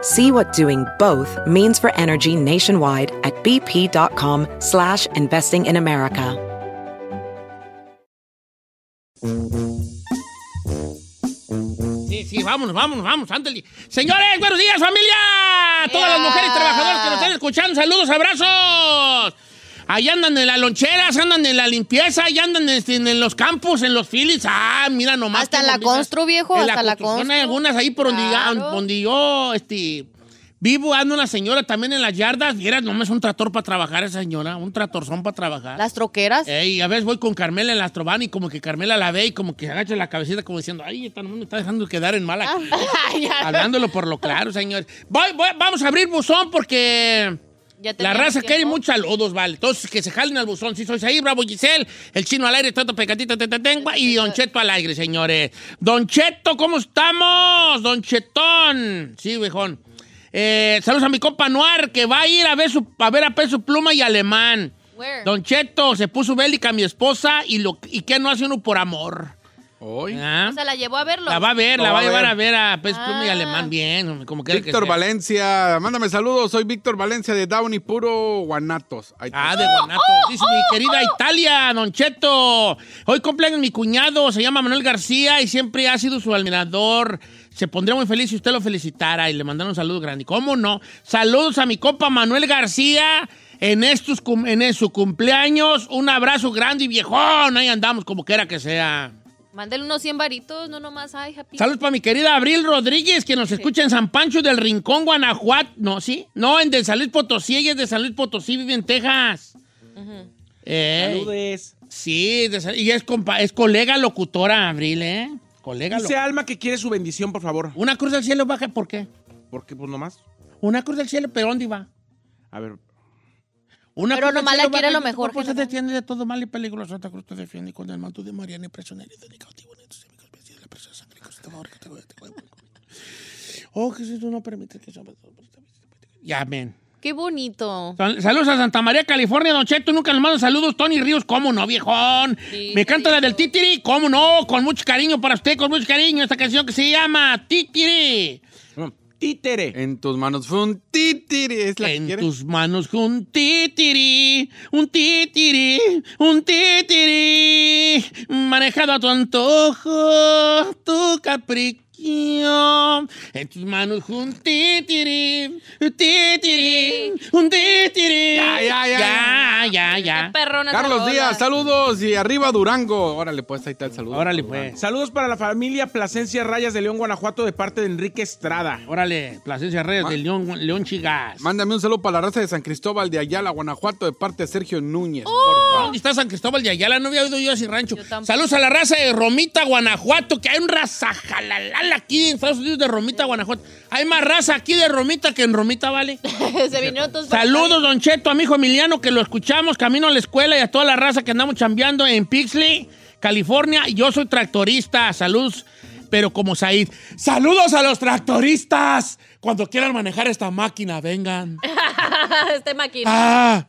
See what doing both means for energy nationwide at bp.com slash investing in America. Sí, sí, vámonos, vámonos, vámonos, ándale. Señores, buenos días, familia. A Todas las mujeres trabajadoras que nos están escuchando, saludos, abrazos. Ahí andan en las loncheras, andan en la limpieza, ahí andan este, en, en los campos, en los filis. Ah, mira nomás. Hasta qué la bonitas. constru, viejo, En hasta la construcción constru. Hay algunas ahí por donde, ya- Claro. donde yo este, vivo, anda una señora también en las yardas. Vieras, nomás un tractor para trabajar esa señora, un tractorzón para trabajar. Las troqueras. Ey, a veces voy con Carmela en la Astrobán y como que Carmela la ve y como que agacha la cabecita como diciendo, ay, esta no me está dejando quedar en mala. aquí". Ay, ya, Hablándolo por lo claro, señores. Voy- voy- vamos a abrir buzón porque ya la teníamos raza tiempo. quiere muchos saludos, vale. Entonces, que se jalen al buzón. Si sois ahí, bravo Giselle, el chino al aire, Toto Pecatito, te tengo y Don Cheto al aire, señores. Don Cheto, ¿cómo estamos? Don Chetón. Sí, viejón. Eh, saludos a mi compa Noir, que va a ir a ver, su, a ver a Peso Pluma y Alemán. Where? Don Cheto, se puso bélica mi esposa y, lo, y ¿qué no hace uno por amor? Hoy. ¿Ah? O sea, la llevó a verlo. La va a ver, Lo la va va a a llevar ver. a ver a Pez Pluma y Ah. Alemán bien, como quiera que Víctor sea. Valencia, mándame saludos. Soy Víctor Valencia de Downey Puro Guanatos. Ahí está. Ah, de Guanatos. Dice mi querida Italia, Don Cheto. Hoy cumpleaños mi cuñado, se llama Manuel García y siempre ha sido su admirador. Se pondría muy feliz si usted lo felicitara y le mandaron un saludo grande. ¿Cómo no? Saludos a mi compa Manuel García en, estos, cum- en su cumpleaños. Un abrazo grande y viejón. Ahí andamos como quiera que sea. Mándale unos 100 varitos, no nomás. Ay, happy. Saludos para mi querida Abril Rodríguez, que nos escucha en San Pancho del Rincón, Guanajuato. No, sí. No, en de San Luis Potosí. Ella es de San Luis Potosí, vive en Texas. Eh. Ey, Saludes. Sí, de San- y es, compa- es colega locutora, Abril, ¿eh? Colega Dice locutora. Alma que quiere su bendición, por favor. Una cruz del cielo baja, ¿por qué? Porque, pues nomás. Una cruz del cielo, ¿pero dónde va? A ver. Una Pero cruz del nomás la cielo quiere baja, lo y mejor, Por se General. defiende de todo mal y peligroso. Santa Cruz te defiende con el manto de Mariana y prisionero de cautivo. en estos amigos, vestido de la presa de sangre, con este favor que te voy a- te voy a- Oh, Jesús, tú no permites que yo me- Ya, amén. Qué bonito. Sal- Saludos a Santa María, California, Don Cheto. Nunca nos manda saludos, Tony Ríos. ¿Cómo no, viejón? Sí, Me canta la querido. del Titiri. ¿Cómo no? Con mucho cariño para usted, con mucho cariño. Esta canción que se llama Titiri. Títere. Mm. En tus manos fue un titiri. ¿Es la que En quiere? tus manos un titiri, un titiri, un titiri, manejado a tu antojo, tu capricio. En tus manos un titiri, un titiri, un titiri. Ya, ya, ya, ya, Ah, ya, Qué ya. perrona esa Carlos rola. Díaz, saludos. Y arriba Durango. Órale, pues ahí está el saludo. Órale, pues. Saludos para la familia Plasencia Rayas de León, Guanajuato, de parte de Enrique Estrada. Órale, Placencia eh, Reyes de León, León Chigas. Mándame un saludo para la raza de San Cristóbal de Ayala, Guanajuato, de parte de Sergio Núñez. por favor. ¿Dónde está San Cristóbal de Ayala? No había oído yo ese rancho. Yo tampoco. Saludos a la raza de Romita, Guanajuato, que hay un raza jalalala aquí en Estados Unidos de Romita, Guanajuato. Hay más raza aquí de Romita que en Romita, ¿vale? se vinieron todos para Saludos, Don Cheto, a mi hijo Emiliano, que lo escuchamos camino a la escuela y a toda la raza que andamos chambeando en Pixley, California. Yo soy tractorista, saludos, pero como Said. ¡Saludos a los tractoristas! Cuando quieran manejar esta máquina, vengan. acá. este máquina. ¡Ah!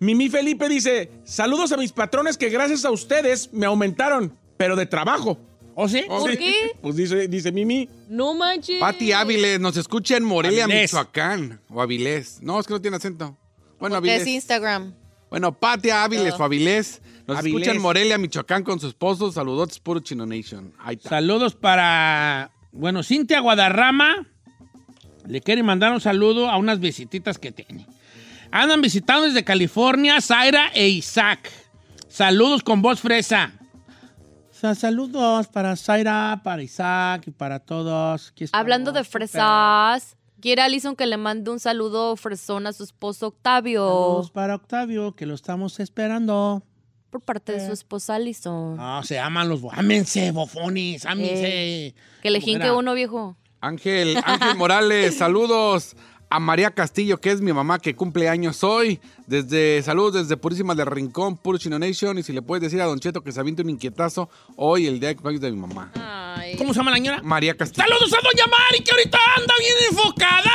Mimi Felipe dice: Saludos a mis patrones que gracias a ustedes me aumentaron, pero de trabajo. ¿O ¿Oh, sí? ¿Por qué? Pues dice, dice Mimi. No manches. Pati Áviles, nos escucha en Morelia, Avilés. Michoacán. O Avilés. No, es que no tiene acento. Bueno, Que es Avilés. Instagram. Bueno, Pati Áviles o Avilés. Nos Avilés. escucha en Morelia, Michoacán, con su esposo. Saludotes, puro Chino Nation. Ahí está. Saludos para, bueno, Cintia Guadarrama. Le quiere mandar un saludo a unas visititas que tiene. Andan visitando desde California Zaira e Isaac. Saludos con voz fresa. Sa- Saludos para Zaira, para Isaac y para todos. Aquí estamos, Hablando de súper. fresas, quiere Alison que le mande un saludo fresón a su esposo Octavio Saludos para Octavio, que lo estamos esperando. por parte de su esposa Alison. Eh. Ah, se aman los... bo- Ámense, bofones, ámense. que le Como jinque era. uno, viejo. Ángel, Ángel Morales, saludos a María Castillo, que es mi mamá que cumple años hoy. Desde, saludos desde Purísima del Rincón, Puro Chino Nation. Y si le puedes decir a Don Cheto que se aviente un inquietazo hoy, el día de cumpleaños de mi mamá. Ay. ¿Cómo se llama la señora? María Castillo. ¡Saludos a Doña Mari, que ahorita anda bien enfocada!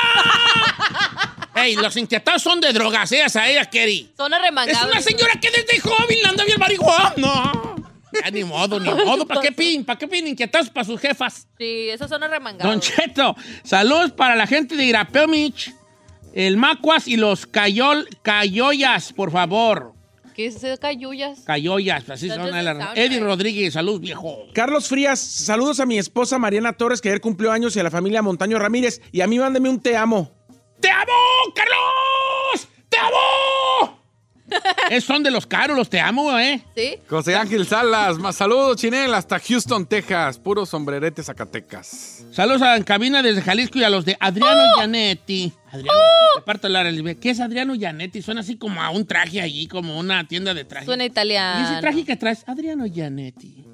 ¡Ey, los inquietados son de drogas, ellas a ella, Kerry! Son ¡Es una arremangados. señora que desde joven anda bien marihuana! ¡No! Ya ni modo, ni modo. ¿Para qué pin? ¿Para qué pin inquietados para sus jefas? Sí, esos son arremangados. Don Cheto, saludos para la gente de Irapeomich, el Macuas y los Cayol, Cayoyas, por favor. ¿Qué es eso, cayullas? Cayoyas, así That son. doesn't las- sound Eddie right. Rodríguez, salud, viejo. Carlos Frías, saludos a mi esposa Mariana Torres, que ayer cumplió años, y a la familia Montaño Ramírez. Y a mí mándeme un te amo. ¡Te amo, Carlos! ¡Te amo! es Eh, son de los caros, los te amo, ¿eh? ¿Sí? José Ángel Salas, más saludos, Chinel, hasta Houston, Texas. Puro sombrerete, Zacatecas. Saludos a en cabina desde Jalisco y a los de Adriano ¡Oh! Gianetti. Adriano, de parte de Lara Elizabeth. ¿Qué es Adriano Gianetti? Suena así como a un traje allí, como una tienda de trajes. Suena ¿Y ese italiano. traje que traes? Adriano Gianetti.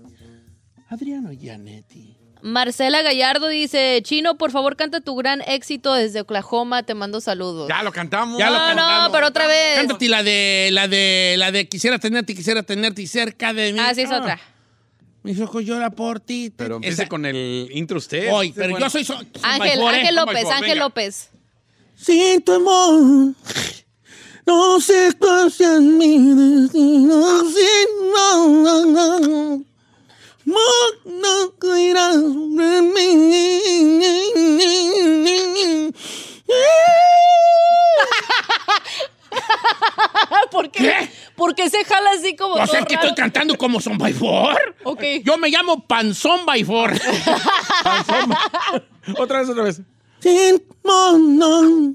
Adriano Gianetti. Marcela Gallardo dice, Chino, por favor canta tu gran éxito desde Oklahoma, te mando saludos. Ya lo cantamos. Ya lo no, cantamos. no, pero otra vez. Cántate la de, la de, la de quisiera tenerte, quisiera tenerte y cerca de mí. Ah, sí, es Ah, otra. Mis ojos llora por ti. Pero empiece Esa- con el intro usted. Hoy, Este, pero bueno. yo soy... so- soy Ángel, mejor, ¿eh? Ángel Oh my López, God, Ángel venga. López. Sin tu amor, no sé cuál sea mi destino. Sin no, no, no, no cuidarás de mí. ¿Por qué? ¿Qué? ¿Por qué se jala así como O todo sea, que raro? estoy cantando como Son by Four. Ok. Yo me llamo Panzón by Four. Otra vez, otra vez. Sin mono,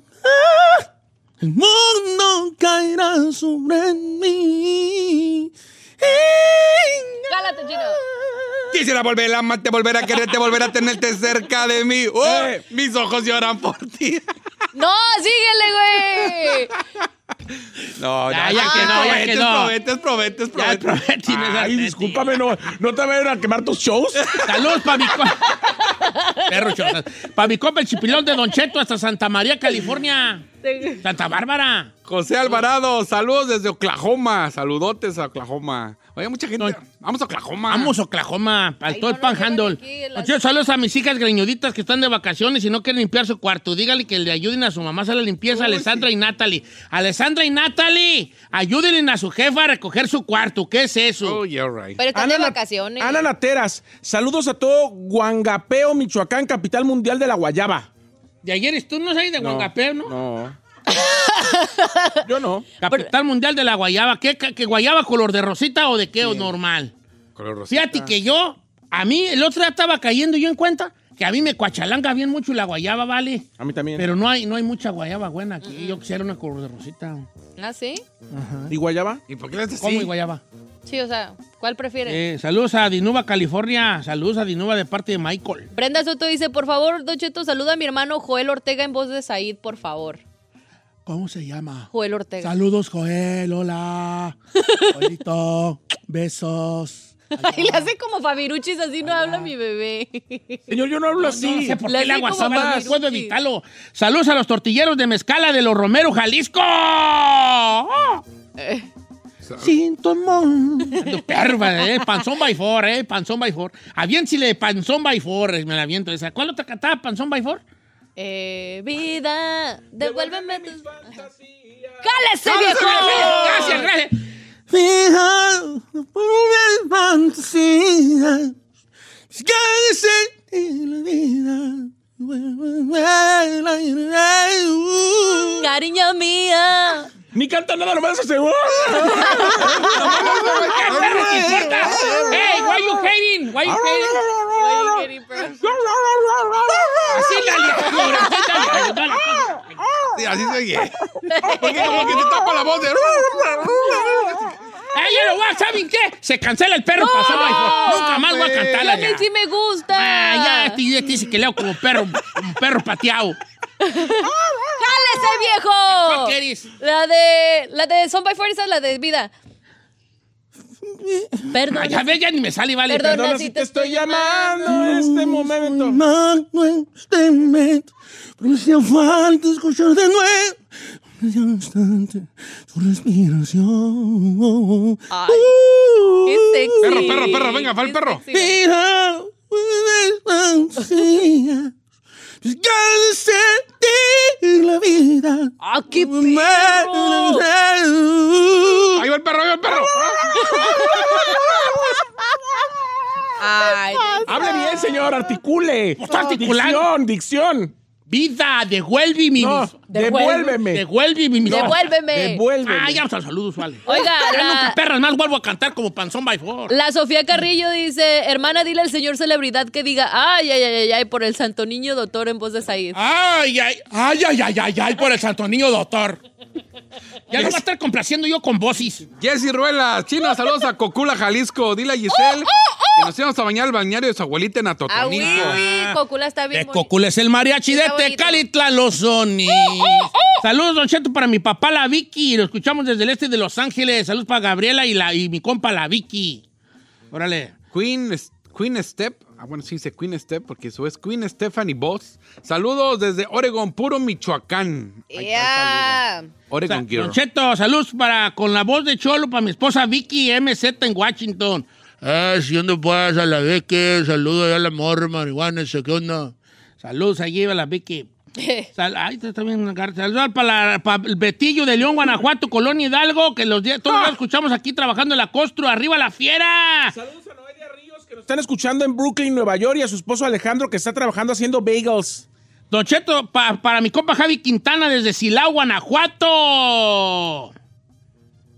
el mundo caerá sobre mí. Cálate, Chino. Quisiera volver a amarte, volver a quererte, volver a tenerte cerca de mí. Oh, Eh. Mis ojos lloran por ti. No, síguele, güey. No, Ah, Ya, ya quedó, ya prometes, quedó. prometes, prometes, Ya prometes. prometí, no seas Ay, neti. discúlpame, no, ¿no te vayan a quemar tus shows? Saludos para mi compa. Perro chozas. Pa' mi compa el chipilón de Don Cheto hasta Santa María, California. Santa Bárbara. José Alvarado, saludos desde Oklahoma. Saludotes a Oklahoma. Oye, mucha gente. No. Vamos a Oklahoma. Vamos, Oklahoma, para Ay, todo no el nos llevan panhandle. aquí, las- Don Cheto, saludos a mis hijas greñuditas que están de vacaciones y no quieren limpiar su cuarto. Dígale que le ayuden a su mamá a hacer la limpieza, Alessandra y Natalie. Alessandra y Natalie, ayúdenle a su jefa a recoger su cuarto. ¿Qué es eso? Oh, yeah, right. Pero están de Nat- vacaciones. Ana Nateras, saludos a todo Guangapeo, Michoacán, capital mundial de la Guayaba. De ayer tú no sabes de Guangapeo, ¿no? No. Yo no. Capital Mundial de la Guayaba. ¿Qué, qué- qué guayaba color de rosita o de qué o normal? Color rosita. Fíjate que yo, a mí, el otro día estaba cayendo yo en cuenta que a mí me cuachalanga bien mucho la guayaba, vale. A mí también. Pero no hay, no hay mucha guayaba buena aquí. Yo quisiera una color de rosita. ¿Ah, sí? ¿Y Guayaba? ¿Y por qué le haces ¿Cómo así? y guayaba? Sí, o sea, ¿cuál prefiere? Eh, saludos a Dinuba, California. Saludos a Dinuba de parte de Michael. Brenda Soto dice, por favor, Don Cheto, saluda a mi hermano Joel Ortega en voz de Said, por favor. ¿Cómo se llama? Joel Ortega. Saludos, Joel. Hola. Joelito. Besos. Ay, le hace como Fabiruchis, así no habla mi bebé. Señor, yo no hablo No así. sé por Le qué le hace hago como así, pero no Manuel puedo Ruiz. evitarlo. Saludos a los tortilleros de Mezcala de los Romeros, Jalisco. ¡Oh! Eh, Sin tu amor. Ando perro, eh, Panzón by four, eh. Panzón by four. Aviénsile, panzón by four. eh, Me la aviento esa. ¿Cuál otra cantaba panzón by four? Eh, vida, devuélveme tus... ¡Cálese, viejo! Gracias, gracias. Cariño mía. Ni canta nada, nomás hace... ¿Qué perro te importa? Hey, why you hating? Why you hating? Así la liga, la cosa. Sí, así se oye. Porque como que te tapa la voz de. ¡Ella lo va! ¿Saben qué? Se cancela el perro pasado. hijo. Nunca más pues. voy a cantarla Yo que ya. sí me gusta. Ah, ya, este idiota dice que leo como perro, como perro pateado. ¡Cálese, viejo! ¿Cuál querés? La de. La de Son by Forza, la de vida. Perdón. Ah, ya ves, ya ni me sale, vale. Perdón. Perdona si te estoy llamando en este momento. Mano, este momento, pero me hacía falta escuchar de nuevo. Me hacía bastante tu respiración. Uh. Ay, ¡Qué sexy! Perro, perro, perro, venga, va el Qué perro. sexy, güey. Mira, distancia. Pues ya de sentir la vida. ¡Ah, qué perro! perro! Ahí va el perro, ahí va el perro. Ay, Hable bien, señor, articule. Pues está articulando. Dicción, dicción. Vida, devuelve mi No, devuélveme. Devuelve mi devuélveme. Devuélveme. Ah, ya vamos al saludo, vale. Oiga, Ya nunca la, perras más vuelvo a cantar como panzón by four. la Sofía Carrillo dice: Hermana, dile al señor celebridad que diga, ay, ay, ay, ay, ay, por el santo niño doctor en voz de Said. Ay, ay, ay, ay, ay, ay, ay, por el santo niño doctor. Ya no va a estar complaciendo yo con voces. Jessy Ruelas, Chino, saludos a Cocula, Jalisco. Dile a Giselle que nos íbamos a bañar al balneario de su abuelita en Ah, oui, Atotonico. oui, Cocula está bien. De bonito. Cocula es el mariachi de Está bonito. Uh, Tecalitla, los Sonis. ¡Oh! Saludos, Don Cheto, para mi papá, la Vicky. Lo escuchamos desde el este de Los Ángeles. Saludos para Gabriela y, la, y mi compa, la Vicky. Órale. Queen, Queen Step. Ah, bueno, sí dice Queen Step porque eso es Queen Stephanie Boss. Saludos desde Oregon, puro Michoacán. Ahí está el Yeah. saludo. Oregon Sa- Don Girl. Cheto, saludos para, con la voz de Cholo para mi esposa Vicky MZ en Washington. Ah, si onda pues a la Vicky, saludos a la morra marihuana, eso qué onda. Saludos allí a la Vicky. Sal- Ay, esto está bien, agarra- Saludos para, la- para el Betillo de León, Guanajuato, Colonia Hidalgo, que los días, todos los días escuchamos aquí trabajando en la Costro, arriba la fiera. Saludos a Noelia Ríos, que nos están escuchando en Brooklyn, Nueva York, y a su esposo Alejandro, que está trabajando haciendo bagels. Don Cheto, pa- para mi compa Javi Quintana desde Silao, Guanajuato.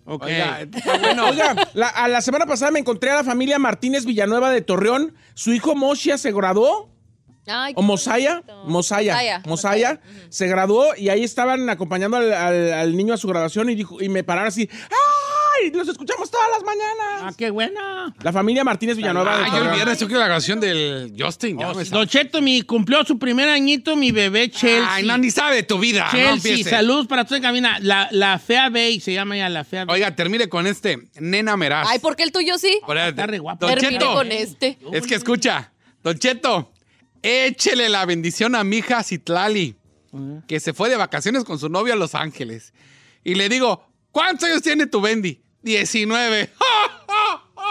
Ok. Oiga, está bueno. Oiga, la- a la semana pasada me encontré a la familia Martínez Villanueva de Torreón. Su hijo Moshia se graduó, Ay, o qué Mosaya, bonito. Mosaya, Mosaya, se graduó y ahí estaban acompañando al, al- al niño a su graduación y, dijo, y me pararon así, ¡ay! Los escuchamos todas las Ah, mañanas. qué buena. La familia Martínez Villanueva de Ah, yo el Torreón. viernes toqué la canción del Justin. ya Oh, me sí, sabe. Don Cheto, mi, cumplió su primer añito mi bebé Chelsea. ah. Ay, no, ni sabe tu vida. no Chelsea, empieces. saludos para todos en cabina. La, la fea Bey, se llama ya la fea Bey. Oiga, termine con este. Nena Meraz. Ay, ¿por qué el tuyo sí? Por- Está re guapo. Don Termine Cheto. con este. Es que escucha, Don Cheto, échele la bendición a mi hija Citlali, que se fue de vacaciones con su novio a Los Ángeles. Y le digo, ¿cuántos años tiene tu Bendy? 19.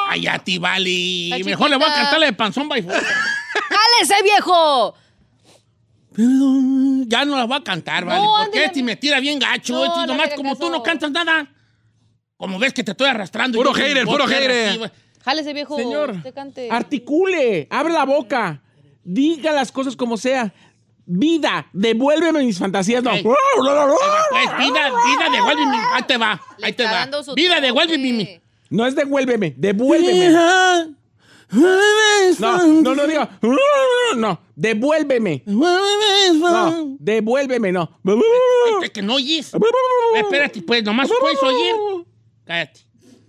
Ay, a ti, Vali. Está Mejor le voy a chiquita. cantarle de panzón by Four. ¡Cálese, viejo! Perdón. Ya no la voy a cantar, Vali. No, porque ándale. este me tira bien gacho. No, este no nomás le haga como tú caso. no cantas nada. Como ves que te estoy arrastrando. Puro Yo con mi hater, puro boca hater. arriba. ¡Jálese, viejo! Señor, Usted cante. articule, abre la boca, diga las cosas como sea. Vida, devuélveme mis fantasías. No. Ey. Pues vida, vida, devuélveme. Ahí te va. Le Ahí te está va. dando su Vida, toque. devuélveme. No es devuélveme, devuélveme. Mira, vuelve No, no, no diga. No, devuélveme. No, devuélveme, no. Es que no oyes. Eh, Espérate, pues, nomás puedes oír. Cállate.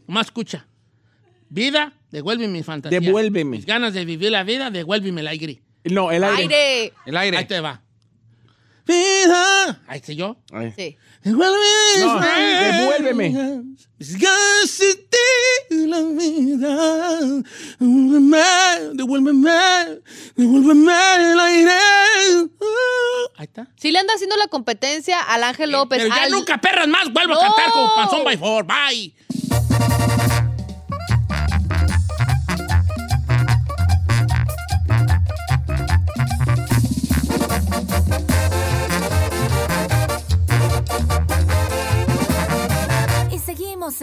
Nomás escucha. Vida, devuélveme mis fantasías. Devuélveme. Mis ganas de vivir la vida, devuélveme el aire. No, el aire. ¡Aire! El Ahí aire. te va. Vida, Ahí estoy yo. Sí. devuelve No, esa- devuélveme. Desgaste la vida. Devuélveme, devuélveme, devuélveme el aire. Ah. Ahí está. Sí le anda haciendo la competencia al Ángel López. Pero ya Pues, al- nunca perras más vuelvo a No. cantar como Panzón by Four. Bye. Y seguimos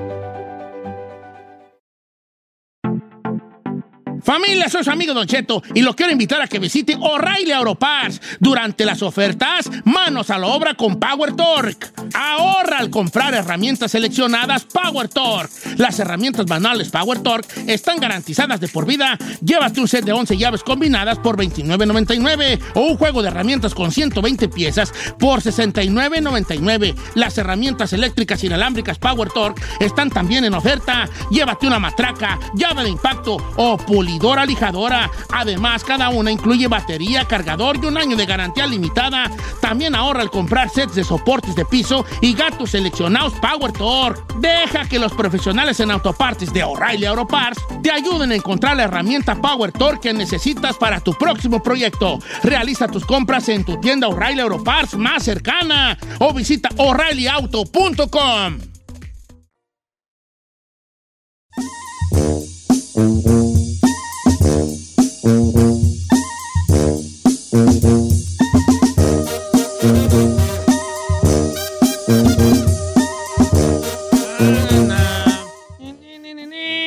Familia, soy su amigo Don Cheto y lo quiero invitar a que visite O'Reilly Auto Parts durante las ofertas Manos a la obra con Power Torque. Ahorra al comprar herramientas seleccionadas Power Torque. Las herramientas manuales Power Torque están garantizadas de por vida. Llévate un set de 11 llaves combinadas por $29.99 o un juego de herramientas con 120 piezas por $69.99. Las herramientas eléctricas inalámbricas Power Torque están también en oferta. Llévate una matraca, llave de impacto o pulidora lijadora. Además, cada una incluye batería, cargador y un año de garantía limitada. También ahorra al comprar sets de soportes de piso y gatos seleccionados Power Torque. Deja que los profesionales en autopartes de O'Reilly Auto Parts te ayuden a encontrar la herramienta Power Torque que necesitas para tu próximo proyecto. Realiza tus compras en tu tienda O'Reilly Auto Parts más cercana o visita o'ReillyAuto.com.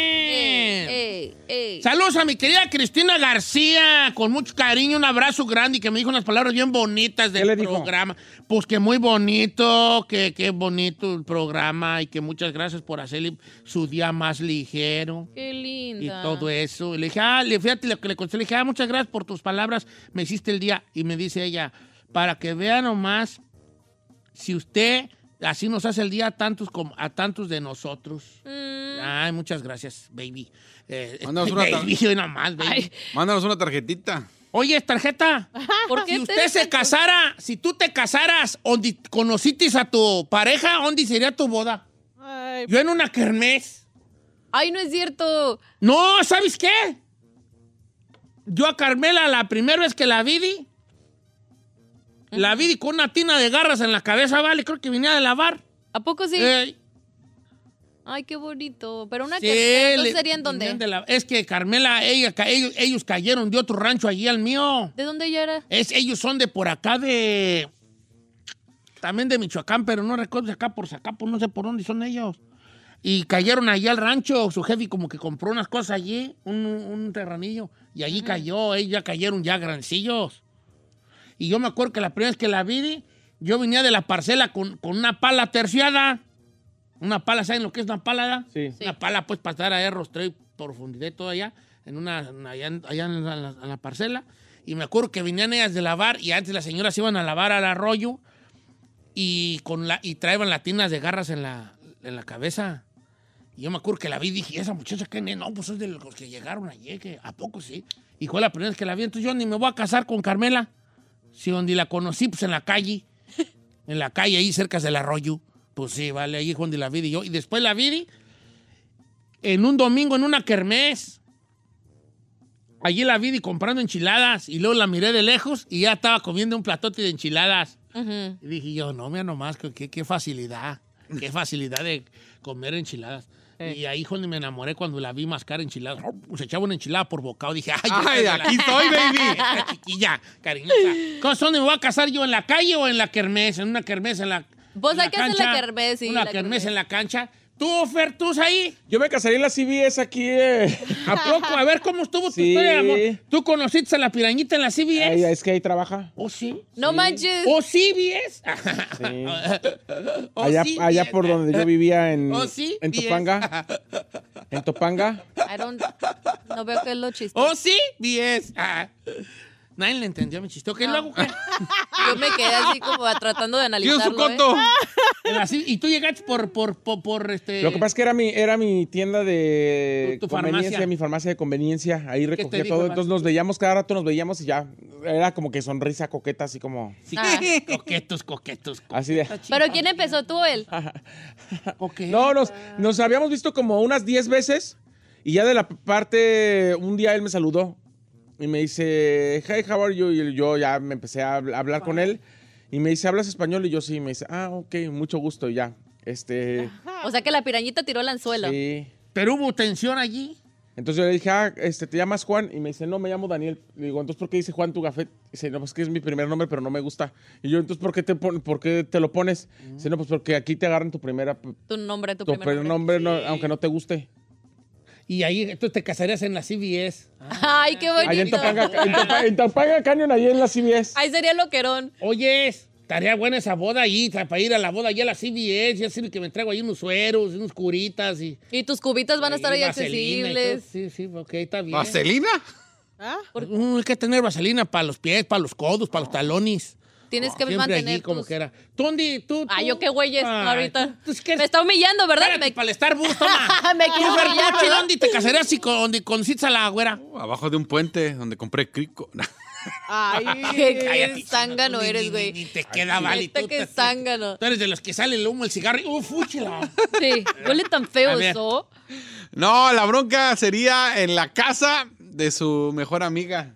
Ey, ey. Saludos a mi querida Cristina García, con mucho cariño, un abrazo grande y que me dijo unas palabras bien bonitas del ¿Qué le dijo? programa. Pues que muy bonito, que qué bonito el programa y que muchas gracias por hacerle su día más ligero. Qué Y linda. todo eso. Y le dije, ah, le, fíjate lo que le contesté. Le dije, ah, muchas gracias por tus palabras. Me hiciste el día. Y me dice ella, para que vea nomás, si usted así nos hace el día a tantos, como, a tantos de nosotros. Mm. Ay, muchas gracias, baby. Eh, Mándanos una tar- baby, hoy nomás, baby. Ay, Mándanos una tarjetita. Oye, tarjeta. ¿Por qué Si te usted se dicen- casara, si tú te casaras, ¿dónde conocitis a tu pareja, ¿dónde sería tu boda? Ay, Yo en una kermés. Ay, no es cierto. No, ¿sabes qué? Yo a Carmela la primera vez que la vi, di, la vi con una tina de garras en la cabeza, vale, creo que venía de lavar. ¿A poco sí? Eh, Ay, qué bonito. Pero una sí, que entonces le- sería en dónde? venían de la- es que Carmela, ella, ca- ellos, ellos cayeron de otro rancho allí al mío. ¿De dónde ella era? Es, ellos son de por acá de... También de Michoacán, pero no recuerdo si acá por Zacapo, no sé por dónde son ellos. Y cayeron allí al rancho, su jefe como que compró unas cosas allí, un, un terranillo, y allí cayó, ellos ya cayeron ya grancillos. Y yo me acuerdo que la primera vez que la vi, yo venía de la parcela con, con una pala terciada. Una pala, ¿saben lo que es una pala? da? Sí. Una pala, pues, para estar allá arrostrado y profundidad todo allá, en una, en- allá, en, allá en la, en la- en la parcela. Y me acuerdo que venían ellas de lavar y antes las señoras iban a lavar al arroyo y, con la, y traían latinas de garras en la, en la cabeza. Y yo me acuerdo que la vi y dije, esa muchacha que no, pues es de los que llegaron ayer, que a poco sí. Y fue la primera vez que la vi. Entonces yo ni me voy a casar con Carmela. Si donde la conocí, pues en la calle. En la calle, ahí cerca del arroyo. Pues sí, vale, ahí es donde la vi y yo. Y después la vi en un domingo en una kermés. Allí la vi comprando enchiladas y luego la miré de lejos y ya estaba comiendo un platote de enchiladas. Ujú. Y dije yo, no, mira nomás, qué- qué, qué facilidad, qué facilidad de comer enchiladas. Y ahí es donde me enamoré cuando la vi mascar enchiladas. Se echaba una enchilada por bocado. Dije, ay, esta es ¡Ay, de aquí la- estoy, baby! esta chiquilla, cariñosa. ¿Cómo- ¿Dónde me voy a casar yo? ¿En la calle o en la kermés? En una kermés, en la. Vos en la hay que hacer la kermés, sí, Una la kermés kermés. en la cancha. ¿Tú, Fer, tú ahí? Yo me casaría en la CBS aquí. eh. ¿A poco? A ver cómo estuvo tu Sí. historia, amor. ¿Tú conociste a la pirañita en la Ahí, CBS? es que ahí trabaja. ¿O Oh, sí? No manches. ¿O CBS? ¿O Allá, CBS? allá por donde yo vivía en, Oh, sí, en bien. Topanga. En Topanga. I don't- No veo que es lo chistoso. ¿O sí? Yes. Ah. Nadie le entendió mi chiste. ¿Qué luego? qué? Yo me quedé así como tratando de ¡Dios, su analizarlo. ¿eh? coto! En la CBS. Y tú llegaste por, por, por, por, este... Lo que pasa es que era mi, era mi tienda de Tu- tu conveniencia, farmacia. mi farmacia de conveniencia. Ahí te recogía dijo, todo. hermano? Entonces nos veíamos cada rato, nos veíamos y ya. Era como que sonrisa coqueta, así como. Sí. Ah. Coquetos, coquetos. co- Así de. Pero ¿quién empezó tú o él? coquetos. No, nos, nos habíamos visto como unas 10 veces y ya de la parte, un día él me saludó y me dice, hey, how are you? Y yo ya me empecé a habl- hablar con él y me dice, ¿hablas español? Y yo sí, me dice, ah, ok, mucho gusto y ya. Este, O sea que la pirañita tiró el anzuelo. sí. Pero hubo tensión allí. Entonces yo le dije, ah, este, ¿te llamas Juan? Y me dice, no, me llamo Daniel. Le digo, entonces, ¿por qué dice Juan tu gafet? Dice, no, pues que es mi primer nombre, pero no me gusta. Y yo, entonces, ¿por qué te, pon- por qué te lo pones? Mm. Dice, no, pues porque aquí te agarran tu primera, tu Tu nombre, tu, primer primer nombre. nombre, no- aunque no te guste. Y ahí entonces te casarías en la CBS. Ay, qué Allá en bonito. Topanga, en Topa- en Topanga Canyon, ahí en la CBS. Ahí sería loquerón. Oye, estaría buena esa boda ahí, tra- para ir a la boda allá a la CBS, ya sirve que me traigo ahí unos sueros, unos curitas y... Y tus cubitas van a estar ahí y vaselina y accesibles. todo. Sí, sí, ok, está bien. ¿Vaselina? Mm, hay que tener vaselina para los pies, para los codos, para los talones. Ah, Tienes que Siempre mantener allí, como tus- que era. ¿Tú, Andy, tú, Ay, tú? yo qué güeyes Ay, ahorita. tú- tú es que- Me está humillando, ¿verdad? Espérate, Me- para el Starbucks, toma. Me quiso Tú, humillar, Ferrucci, ¿verdad? ¿dónde te casarías y con, donde con Citza la güera? Uh, Abajo de un puente donde compré crico. Qué- Ay, Qué zángano Ni- eres, ni- ni- ni güey. Te queda vale. Neta Tú, que te- zángano. tú eres de los que sale el humo, el cigarro. y, ¡Uf, fúchila! Sí, huele tan feo A ver. eso. No, la bronca sería en la casa de su mejor amiga.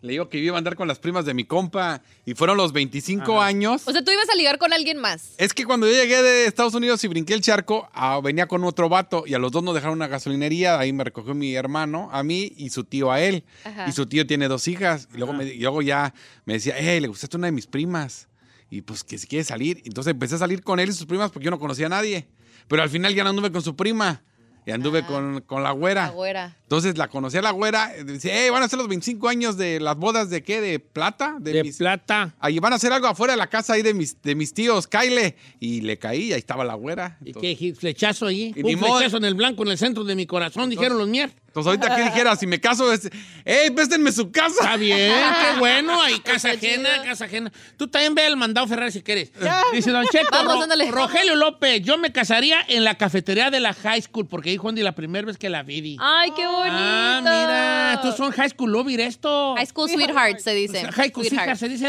Le digo que iba a andar con las primas de mi compa y fueron los 25 años. O sea, tú ibas a ligar con alguien más. Es que cuando yo llegué de Estados Unidos y brinqué el charco, ah, venía con otro vato y a los dos nos dejaron una gasolinería. Ahí me recogió mi hermano, a mí y su tío a él. Ajá. Y su tío tiene dos hijas. Y luego, me, y luego ya me decía, hey, le gustaste una de mis primas. Y pues que si quiere salir. Entonces empecé a salir con él y sus primas porque yo no conocía a nadie. Pero al final ya no anduve con su prima. Y anduve con, con la güera. La güera. Entonces la conocí a la güera. eh, Dice, hey, van a ser los 25 años de las bodas de qué? ¿De plata? De mis- plata. Ahí van a hacer algo afuera de la casa ahí de mis, de mis tíos, Kyle. Y le caí, y ahí estaba la güera. ¿Y Entonces, qué dije? flechazo ahí? Y Un ni modo. flechazo en el blanco, en el centro de mi corazón, dijeron los mier. entonces, ahorita que dijera, si me caso, es, hey, préstenme su casa. Está bien, qué bueno. Ahí casa ajena, casa ajena. Tú también ve el mandado Ferrari si quieres. Dice Don Cheto, Vamos, Ro- ándale. Rogelio López, yo me casaría en la cafetería de la high school porque dijo Andy la primera vez que la vi. di. Ay, qué bonito. Ah, mira, tú son high school lobby esto. Pues, High School Sweetheart se dice. High school sweetheart, Sweetheart. ¿se dice?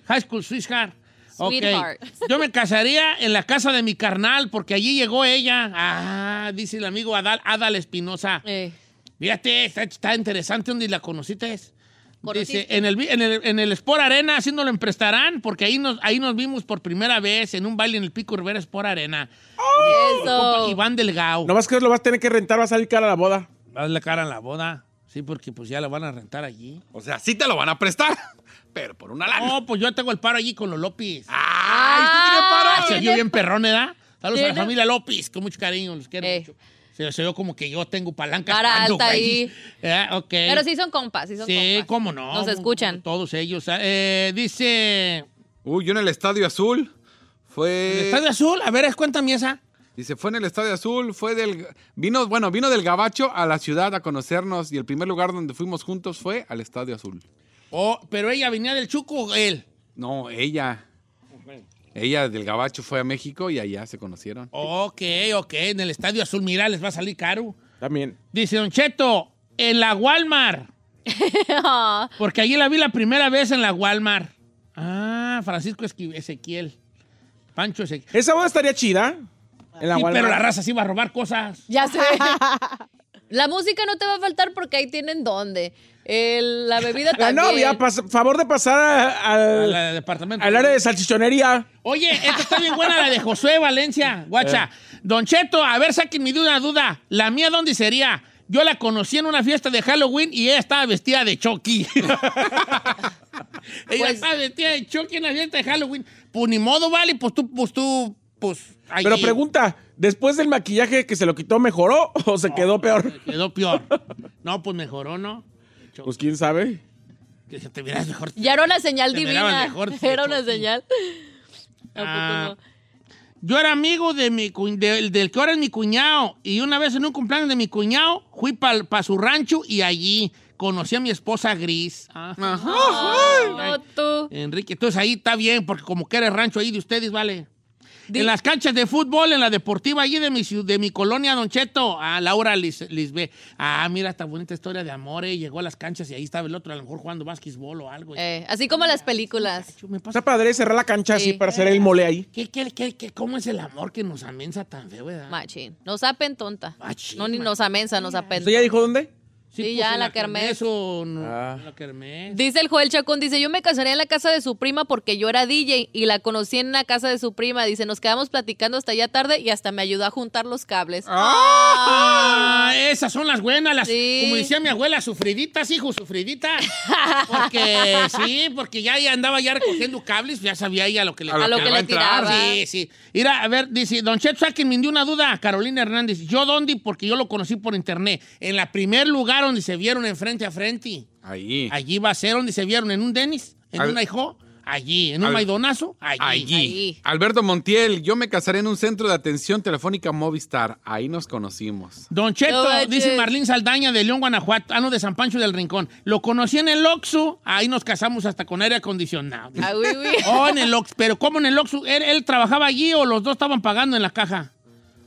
ah? High school sweetheart. Ok. Sweetheart. Yo me casaría en la casa de mi carnal porque allí llegó ella. Ah, dice el amigo Adal, Adal Espinosa. Eh, Fíjate, está, está interesante donde la conociste. Dice, ¿Conociste? en el, vi- en, el, en el Sport Arena, así nos lo emprestarán, porque ahí nos, ahí nos vimos por primera vez en un baile en el Pico Rivera Sport Arena. Compa Eso. Iván Delgao. No más que lo vas a tener que rentar, va a salir cara a la boda. Hazle cara en la boda. Sí, porque pues ya la van a rentar allí. O sea, sí te lo van a prestar, pero por una lana. Ah, No, pues yo tengo el paro allí con los López. ¡Ay, Ah, sí se tiene vio bien perrón, ¿verdad? Saludos a Tiene- la familia López, con mucho cariño, los quiero Eh. mucho. Se, se vio como que yo tengo palanca. Cara cuando, alta güey. ahí. Eh, ok. Pero sí son compas, sí son Sí, compas. cómo no. Nos escuchan. Todos ellos. Eh, dice. para- Uy, yo en el Estadio Azul ¿El fue... Estadio Azul? A ver, cuéntame esa. Dice, fue en el Estadio Azul, fue del... Vino, bueno, vino del Gabacho a la ciudad a conocernos y el primer lugar donde fuimos juntos fue al Estadio Azul. Oh, pero ella venía del Chuco o él. No, ella... Ella del Gabacho fue a México y allá se conocieron. Oh, Ok, ok. En el Estadio Azul, mira, les va a salir caro. También. Dice Don Cheto, en la Walmart. Ah. Porque allí la vi la primera vez en la Walmart. Ah, Francisco Esqui- Ezequiel. Pancho Ezequiel. Esa boda estaría chida. En la Sí, Walmart. pero la raza sí va a robar cosas. Ya sé. La música no te va a faltar porque ahí tienen dónde. El- la bebida La también. novia, Ah, pas- favor de pasar a- al- Al, al departamento. al área de salchichonería. Oye, esta está bien buena la de Josué Valencia, guacha. Eh. Don Cheto, a ver, saquen mi duda, duda. La mía, ¿dónde sería? Yo la conocí en una fiesta de Halloween y ella estaba vestida de Chucky. ella estaba vestida de Chucky en la fiesta de Halloween. Pues ni modo, vale, pues tú, pues tú, pues... ahí Pero pregunta, ¿después del maquillaje que se lo quitó mejoró o se quedó peor? Quedó peor. No, pues mejoró, ¿no? Pues quién sabe. Que se te miras mejor. Ya era una señal Te divina. miraban pues. mejor, sí, era una Chucky. señal. Ah. ¿A poco no? pues, Yo era amigo de mi cu- de- del que ahora es mi cuñado. Y una vez en un cumpleaños de mi cuñado, fui para su rancho y allí conocí a mi esposa Gris. Ah. No, tú. Enrique, entonces ahí está bien, porque como que era el rancho ahí de ustedes, vale. Di- En las canchas de fútbol, en la deportiva allí de mi, ciu- de mi colonia, Don Cheto, a Laura Lis- Lisbé. Ah, mira, esta bonita historia de amor, eh. Llegó a las canchas y ahí estaba el otro, a lo mejor jugando básquetbol o algo. Eh, así como las películas. Yo, me pasa- Está padre cerrar la cancha así Sí. para hacer el mole ahí. ¿Qué, qué, qué, qué- cómo es el amor que nos amensa tan feo, verdad? Machín. Nos apen tonta. Machín, no ni machín. nos amensa, nos apen. ¿Usted ya dijo dónde? Sí, Pues ya, la kermés. Eso, no, Ah. la kermés. Dice el Joel Chacón, dice, yo me casaría en la casa de su prima porque yo era DJ y la conocí en la casa de su prima. Dice, nos quedamos platicando hasta ya tarde y hasta me ayudó a juntar los cables. Ah, ese esas son las buenas, las, Sí. como decía mi abuela, sufriditas, hijo, sufriditas. Porque sí, porque ya, ya andaba ya recogiendo cables, ya sabía ella lo que le A lo A lo que que le va tiraba. Sí, sí. Mira, a ver, dice, Don Cheto, sáquenme de una duda, Carolina Hernández. ¿Yo dónde? Porque yo lo conocí por internet. En la primer lugar donde se vieron en frente a frente. Ahí. Allí va a ser donde se vieron, en un Denis, en Al- un hijo, allí, en un Al- maidonazo, allí. Allí. Allí. Alberto Montiel, yo me casaré en un centro de atención telefónica Movistar. Ahí nos conocimos. Don Cheto, No manches. dice Marlín Saldaña de León, Guanajuato, ah, no, de San Pancho del Rincón. Lo conocí en el Oxxo, ahí nos casamos hasta con aire acondicionado. Ah, uy, uy. Oh, en el Oxxo, pero ¿cómo en el Oxxo? ¿Él, él trabajaba allí o los dos estaban pagando en la caja?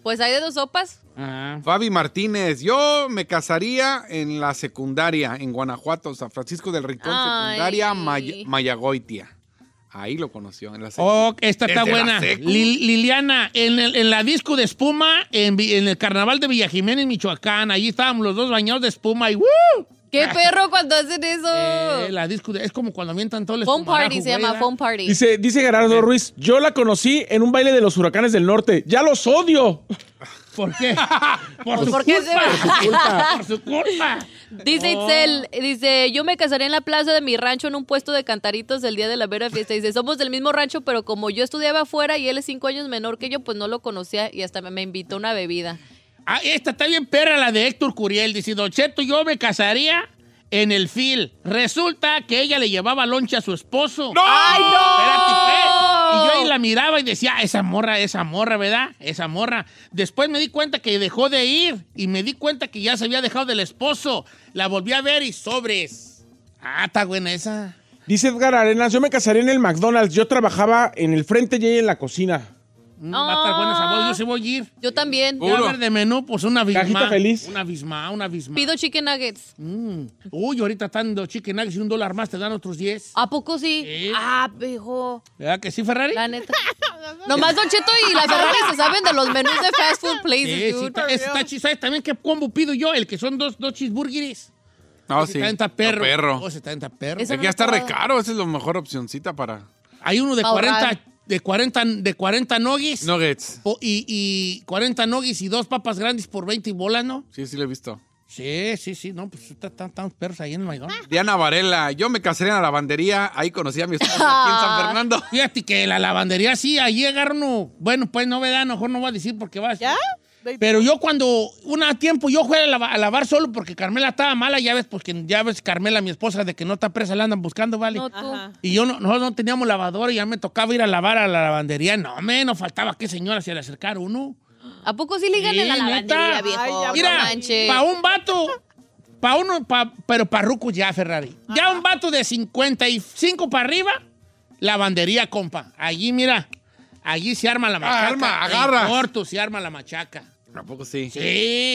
Pues hay de dos sopas. Ah. Fabi Martínez, yo me casaría en la secundaria, en Guanajuato, San Francisco del Rincón, Ay. secundaria May- Mayagoitia. Ahí lo conoció, en la secu. Oh, esta está Desde la buena. secu. Lil- Liliana, en, el- en la disco de espuma, en, Vi- en el carnaval de Villa Jiménez, en Michoacán, allí estábamos los dos bañados de espuma y ¡woo! ¡Qué perro cuando hacen eso! Eh, la disco de- es como cuando avientan todo el phone espumarajo, party se güey, llama, ¿verdad? phone party. Dice, dice Gerardo Ruiz, yo la conocí en un baile de los huracanes del norte. ¡Ya los odio! ¿Por qué? Por Pues su porque se culpa. va. Por su culpa. Dice Oh. Itzel, dice, yo me casaré en la plaza de mi rancho en un puesto de cantaritos el día de la vera fiesta. Dice, somos del mismo rancho, pero como yo estudiaba afuera y él es cinco años menor que yo, pues no lo conocía y hasta me, me invitó una bebida. Ah, esta está bien perra, la de Héctor Curiel. Dice, Don Cheto, yo me casaría en el fil. Resulta que ella le llevaba loncha a su esposo. ¡No! ¡Ay, Y yo ahí no! la miraba y decía, "Ah, esa morra, esa morra, ¿verdad? Esa morra. Después me di cuenta que dejó de ir y me di cuenta que ya se había dejado del esposo. La volví a ver y sobres. Ah, está buena esa. Dice Edgar Arenas, yo me casaré en el McDonald's. Yo trabajaba en el frente y ella en la cocina. Mm, Va a estar buena esa voz. Yo sí voy a ir. Yo también. Voy a ver de menú, pues una bisma. Cajita feliz. Una bisma, una bisma. Pido chicken nuggets. Mm. Uy, ahorita están los chicken nuggets y un dólar más te dan otros 10. ¿A poco sí? Sí. Ah, hijo. ¿Verdad que sí, Ferrari? La neta. Nomás Don Cheto y la Ferrari se saben de los menús de fast food places, Sí, sí, dude. está, está chido. ¿Sabes también qué combo pido yo? El que son dos, dos cheeseburgers. No, Está en No, perro. perro. Oh, se está en taperro. Eso Es no que lo ya está he re probado. caro, esa es la mejor opcioncionita para Hay uno de Ahorrar. 40, de 40, de 40 noggies. nuggets. O- y, y 40 noggies y dos papas grandes por 20 bolas, ¿no? Sí, sí lo he visto. Sí, sí, sí. No, pues están tan, tan perros ahí en el Maidón. Diana Varela, yo me casaré en la lavandería, ahí conocí a mi esposo aquí en San Fernando. Fíjate que la lavandería sí, allí agarran uno. Bueno, pues no, ¿verdad? A lo Mejor no voy a decir porque vas. ¿Ya? Pero yo cuando, un tiempo, yo fui a, lava- a lavar solo porque Carmela estaba mala, ya ves, porque ya ves Carmela, mi esposa, de que no está presa, la andan buscando, ¿vale? No, tú. Y yo no, nosotros no teníamos lavadora y ya me tocaba ir a lavar a la lavandería. No, me, no faltaba que señora se le acercara uno. ¿A poco sí ligan en la Sí, lavandería, neta. viejo? No Mira, manches. para un vato, para uno, pa- pero parruco ya, Ferrari. Ya un vato de 55 para arriba, lavandería, compa. Allí, mira, allí se arma la machaca. arma, En agarras. corto se arma la machaca. Tampoco sí. Sí,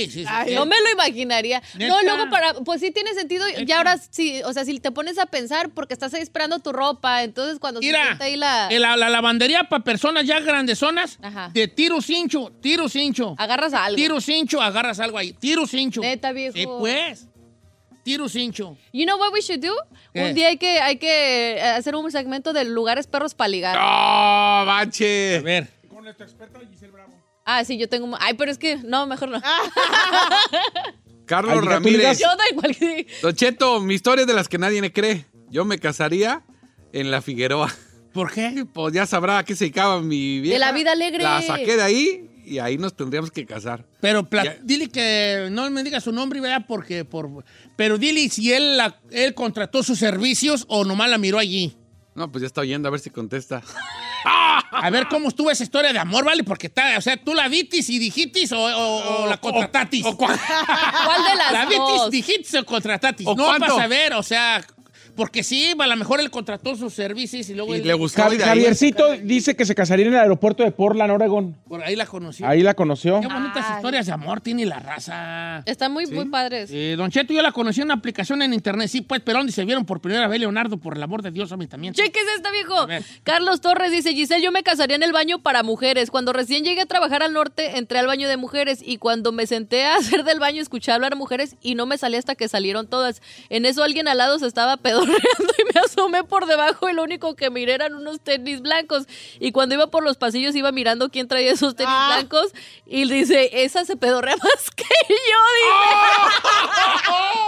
sí, sí. sí. No me lo imaginaría. Neta. No, luego para, pues sí tiene sentido. Neta. Ya ahora sí, o sea, si te pones a pensar porque estás ahí esperando tu ropa, entonces cuando se Mira, sienta ahí la en la, la lavandería para personas ya grandezonas, Ajá. de tiro cincho, tiro cincho. agarras a algo. Tiro cincho, agarras algo ahí. Tiro cincho. Neta, viejo. Sí, pues. Tiro cincho. You know what we should do? ¿Qué? Un día hay que hay que eh, hacer un segmento de lugares perros para ligar. ¡Oh, A bache! ver. Ah, sí, yo tengo un- Ay, pero es que no, mejor no. Carlos Ahí está tu Ramírez. Yo da igual que Don Cheto, mi historia es de las que nadie me cree. Yo me casaría en la Figueroa. ¿Por qué? Pues ya sabrá a qué se dedicaba mi vieja. De la vida alegre. La saqué de ahí y ahí nos tendríamos que casar. Pero pla- Ya. dile que no me diga su nombre, ¿verdad? Porque por pero dile si él la- él contrató sus servicios o nomás la miró allí. No, pues ya está oyendo, a ver si contesta. A ver cómo estuvo esa historia de amor, ¿vale? Porque está, o sea, tú la vitis y dijitis o, o- o la contratatis. ¿Cuál de las la vitis, dos? dijitis o contratatis. ¿O no cuánto? para saber, o sea, porque sí, a lo mejor él contrató sus servicios Pues, y luego Y él- le gustó. Javi- y de ahí- Javiercito dice que se casaría en el aeropuerto de Portland, Oregon. por ahí la conoció. Ahí la conoció. Qué bonitas Ay. historias de amor tiene la raza. Están muy muy padres. Eh, don Cheto, yo la conocí en una aplicación en internet. Sí, pues, pero donde se vieron por primera vez, Leonardo, por el amor de Dios, a mí también. Cheques esta, viejo. ver. Carlos Torres dice, Giselle, yo me casaría en el baño para mujeres. Cuando recién llegué a trabajar al norte, entré al baño de mujeres y cuando me senté a hacer del baño, escuché hablar a mujeres y no me salí hasta que salieron todas. En eso alguien al lado se estaba pedorreando y me asomé por debajo y lo único que miré eran unos tenis blancos. Y cuando iba por los pasillos iba mirando quién traía esos tenis blancos y dice, esa se pedorrea más que yo, dice.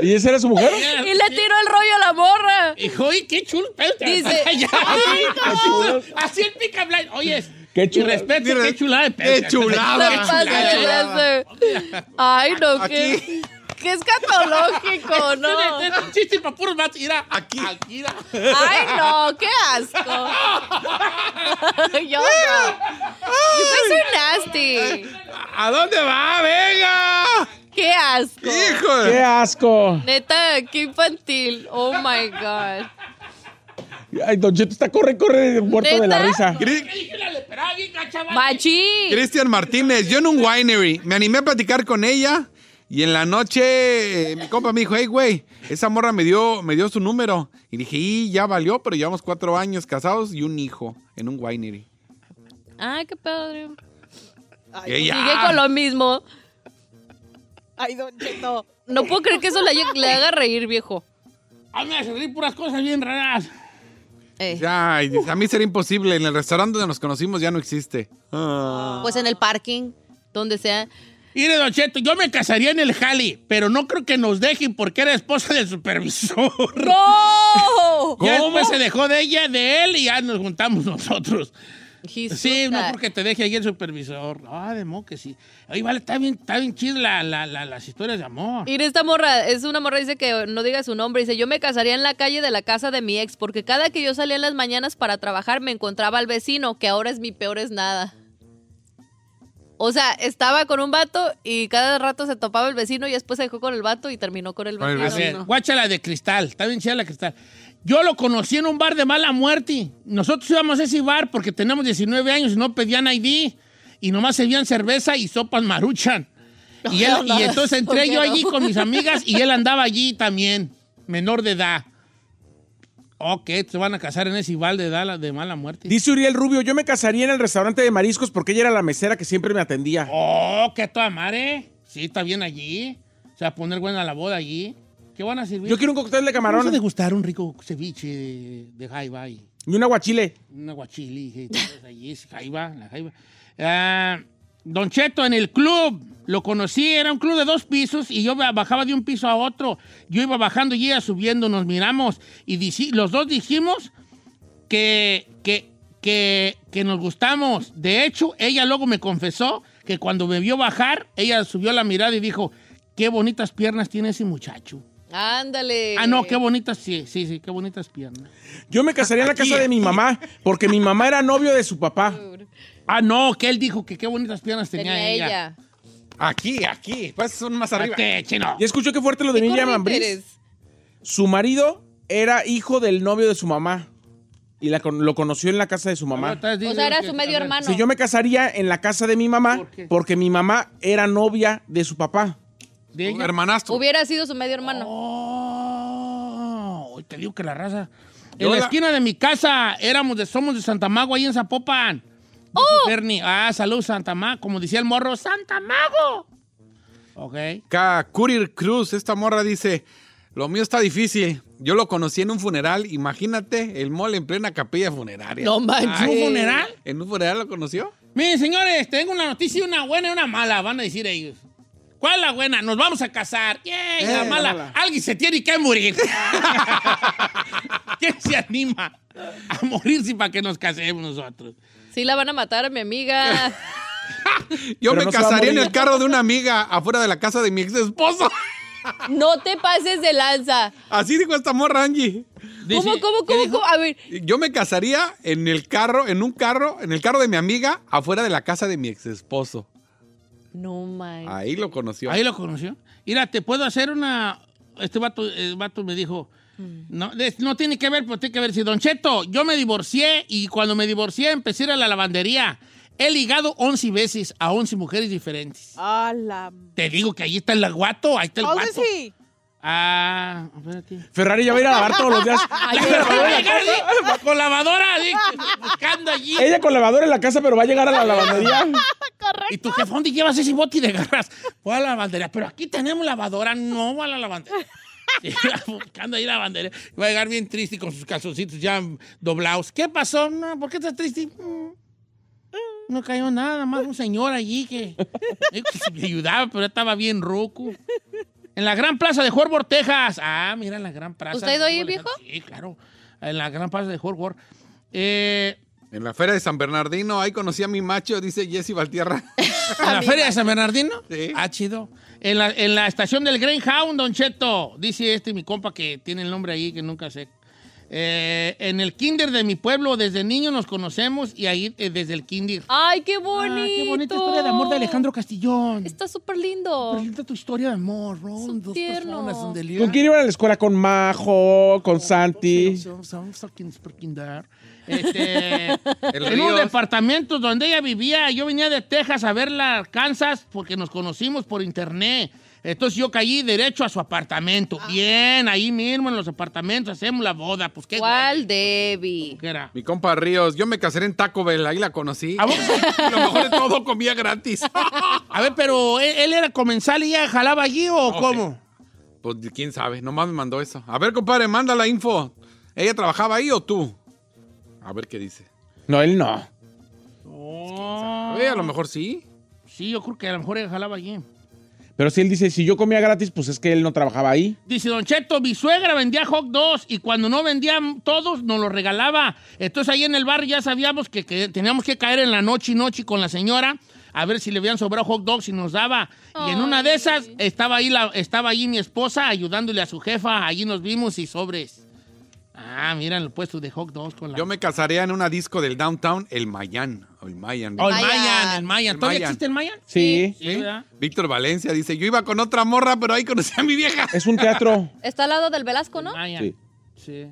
¿Y esa era su mujer? Y le tiró el rollo a la morra. Hijo, oye, qué chulo. pedo te Dice- vas allá. Ay, no. Así- Así el pica blind. Oye, Qué mi chula- respeto, mira, qué chulada de pedo. qué chulada. Se pasa de lanza. Ay, no, qué, qué escatológico, No. ¿no? Este, Es un chiste para puros vatos. Mira, aquí. mira. Ay, no, qué asco. Yo no. You guys are nasty. ¿A dónde va? ¡Venga! Qué asco. ¡Hijo! ¡Qué asco! Neta, qué infantil. Oh my God. Ay, Don Cheto está corre, corre, muerto de la ¿Neta? risa. Cri- Dije la leperada, bien gacha, vale. Machi. Cristian Martínez, yo en un winery. Me animé a platicar con ella y en la noche eh, mi compa me dijo, hey, güey, esa morra me dio, me dio su número. Y dije, y ya valió, pero llevamos cuatro años casados y un hijo en un winery. Ay, qué padre. Y ella, Sigue con lo mismo. Ay, don Cheto. No puedo creer que eso le, haya- le haga reír, viejo. Ay, me hace reír puras cosas bien raras. Eh, ya, y dice, a mí sería imposible. En el restaurante donde nos conocimos ya no existe. Ah. pues en el parking. Donde sea. Mire, Don Cheto, yo me casaría en el Jali, pero no creo que nos dejen porque era esposa del supervisor. ¡No! Ya después se dejó de ella, de él, y ya nos juntamos nosotros. Jesús, Sí, no ay. porque te deje ahí el supervisor. Ah, de mo que sí. Oye, vale, está bien, está bien chida la- la- la- las historias de amor. Mira, esta morra, es una morra, dice que no diga su nombre, dice, yo me casaría en la calle de la casa de mi ex, porque cada que yo salía en las mañanas para trabajar me encontraba al vecino, que ahora es mi peor es nada. O sea, estaba con un vato y cada rato se topaba el vecino y después se dejó con el vato y terminó con el Con el vecino. A ver, No. guacha la de cristal, está bien chida la de cristal. Yo lo conocí en un bar de mala muerte. Nosotros íbamos a ese bar porque tenemos 19 años y no pedían ID. Y nomás servían cerveza y sopas maruchan. Y, él- y entonces entré yo allí con mis amigas y él andaba allí también, menor de edad. Ok, se van a casar en ese bar de edad la- de mala muerte. Dice Uriel Rubio, yo me casaría en el restaurante de mariscos porque ella era la mesera que siempre me atendía. Oh, qué toda madre. Sí, está bien allí. Se va a poner buena la boda allí. ¿Qué van a servir? Yo quiero un cóctel de Vamos a camarón degustar un rico ceviche de, de jaiba y y un aguachile. un aguachile. y todo Allí es jaiba, la jaiba. Ah, Don Cheto, en el club, lo conocí, era un club de dos pisos y yo bajaba de un piso a otro. Yo iba bajando y ella subiendo, nos miramos y dici- los dos dijimos que, que, que, que nos gustamos. De hecho, ella luego me confesó que cuando me vio bajar, ella subió la mirada y dijo, qué bonitas piernas tiene ese muchacho. Ándale. Ah, no, qué bonitas, sí, sí, sí, qué bonitas piernas. Yo me casaría en la Aquí. casa de mi mamá porque mi mamá era novio de su papá. Ah, no, que él dijo que qué bonitas piernas tenía, Tenía ella. ella. Aquí, aquí. Pues son más ¿A arriba. qué, chino? ¿Ya escuchó qué fuerte lo de Miriam corriente Ambriz? eres? Su marido era hijo del novio de su mamá y la con- lo conoció en la casa de su Ah, mamá. O sea, era su medio hermano. Si yo me casaría en la casa de mi mamá ¿Por qué? porque mi mamá era novia de su papá. ¿De ella? Hermanastro. Hubiera sido su medio hermano. Oh, hoy te digo que la raza. Yo en la la- esquina de mi casa éramos de, somos de Santa Mago, ahí en Zapopan. Oh. Ah, salud, Santa Mago. Como decía el morro, ¡Santa Mago! Ok. Acá, Curir Cruz, esta morra dice, lo mío está difícil. Yo lo conocí en un funeral, imagínate, el mole en plena capilla funeraria. No ¿A manches. un funeral? ¿En un funeral lo conoció? Miren, señores, tengo una noticia, una buena y una mala, van a decir ellos. ¿Cuál es la buena? Nos vamos a casar. ¡Yay! la mala. Alguien se tiene que morir. ¿Quién se anima a morirse para que nos casemos nosotros? Sí, la van a matar a mi amiga. Yo Pero me no se va a casaría en morir. el carro de una amiga afuera de la casa de mi ex esposo. No te pases de lanza. Así dijo esta morra Angie. Dice- ¿Cómo, cómo, ¿qué cómo, dijo? cómo? A ver, Yo me casaría en el carro, en un carro, en el carro de mi amiga afuera de la casa de mi ex esposo. No man. Ahí lo conoció. Ahí lo conoció. Mira, te puedo hacer una. Este vato, el vato me dijo. No, es- no tiene que ver, pero tiene que ver. Si Don Cheto, yo me divorcié y cuando me divorcié empecé a ir a la lavandería. He ligado 11 veces a 11 mujeres diferentes. A la... Te digo que ahí está el guato, ahí está el ¿Dónde guato. sí? Ah, espérate. Ferrari ya va a ir a lavar todos los días. Pero va a llegar así, Con lavadora, así, buscando allí. Ella con lavadora en la casa, pero va a llegar a la lavandería. ¿Y tú jefe, dónde llevas ese bote de garras? Voy a la lavandería. Ah, Pero aquí tenemos lavadora, no voy a la lavandería. Sí, Buscando ahí la lavandería. Va a llegar bien triste con sus calzoncitos ya doblados. ¿Qué pasó? No, ¿Por qué estás triste? Mm. No cayó eh, nada, más un señor allí que, dijo que se me ayudaba, pero estaba bien roco. En la gran plaza de Fort Worth, Texas. Ah, mira, en la gran plaza. ¿Usted ha ido ahí, viejo? Sí, claro. En la gran plaza de Fort Worth. Eh, En la feria de San Bernardino, ahí conocí a mi macho, dice Jesse Valtierra. ¿En la feria de San Bernardino? Ah, chido. En la, en la estación del Greyhound, Don Cheto. Dice este, mi compa, que tiene el nombre ahí, que nunca sé. Eh, en el kinder de mi pueblo, desde niño nos conocemos y ahí eh, desde el kinder. ¡Ay, qué bonito! Ah, qué bonita historia de amor de Alejandro Castillón. Está súper lindo. Presenta tu historia de amor, Ron. Dos tierno. personas donde liga. ¿Con quién iban a la escuela? ¿Con Majo? ¿Con Santi? pues Sí, son- son- son quienes por kindar. Este, El en un Ríos. departamento donde ella vivía, yo venía de Texas a verla a Kansas porque nos conocimos por internet. Entonces yo caí derecho a su apartamento. Ah. Bien, ahí mismo en los apartamentos hacemos la boda. Pues qué ¿Cuál, Debbie? güey, ¿qué era? Mi compa Ríos, yo me casaré en Taco Bell, ahí la conocí. ¿A vos? Lo mejor de todo, comía gratis. A ver, pero eh. ¿él, él era comensal y ella jalaba allí o sí. cómo? Pues quién sabe, nomás me mandó eso. A ver, compadre, manda la info. ¿Ella trabajaba ahí o tú? A ver qué dice. No, él no. A ver, a lo mejor sí. Sí, yo creo que a lo mejor ella jalaba allí. Pero si él dice, si yo comía gratis, pues es que él no trabajaba ahí. Dice Don Cheto, mi suegra vendía hot dogs y cuando no vendían todos nos los regalaba. Entonces ahí en el bar ya sabíamos que, que teníamos que caer en la noche y noche con la señora a ver si le habían sobrado hot dogs y nos daba. Y en una de esas estaba ahí, la, estaba ahí mi esposa ayudándole a su jefa. Allí nos vimos y sobres. Ah, miran el puesto de hot dogs con la... Yo me casaría en una disco del downtown, el Mayan. O el Mayan. Oh, el Mayan. Mayan, el Mayan. El ¿Todavía Mayan. existe el Mayan? Sí. Sí, ¿verdad? Víctor Valencia dice, yo iba con otra morra, pero ahí conocí a mi vieja. Es un teatro Está al lado del Velasco, ¿no? Mayan. Sí. Sí.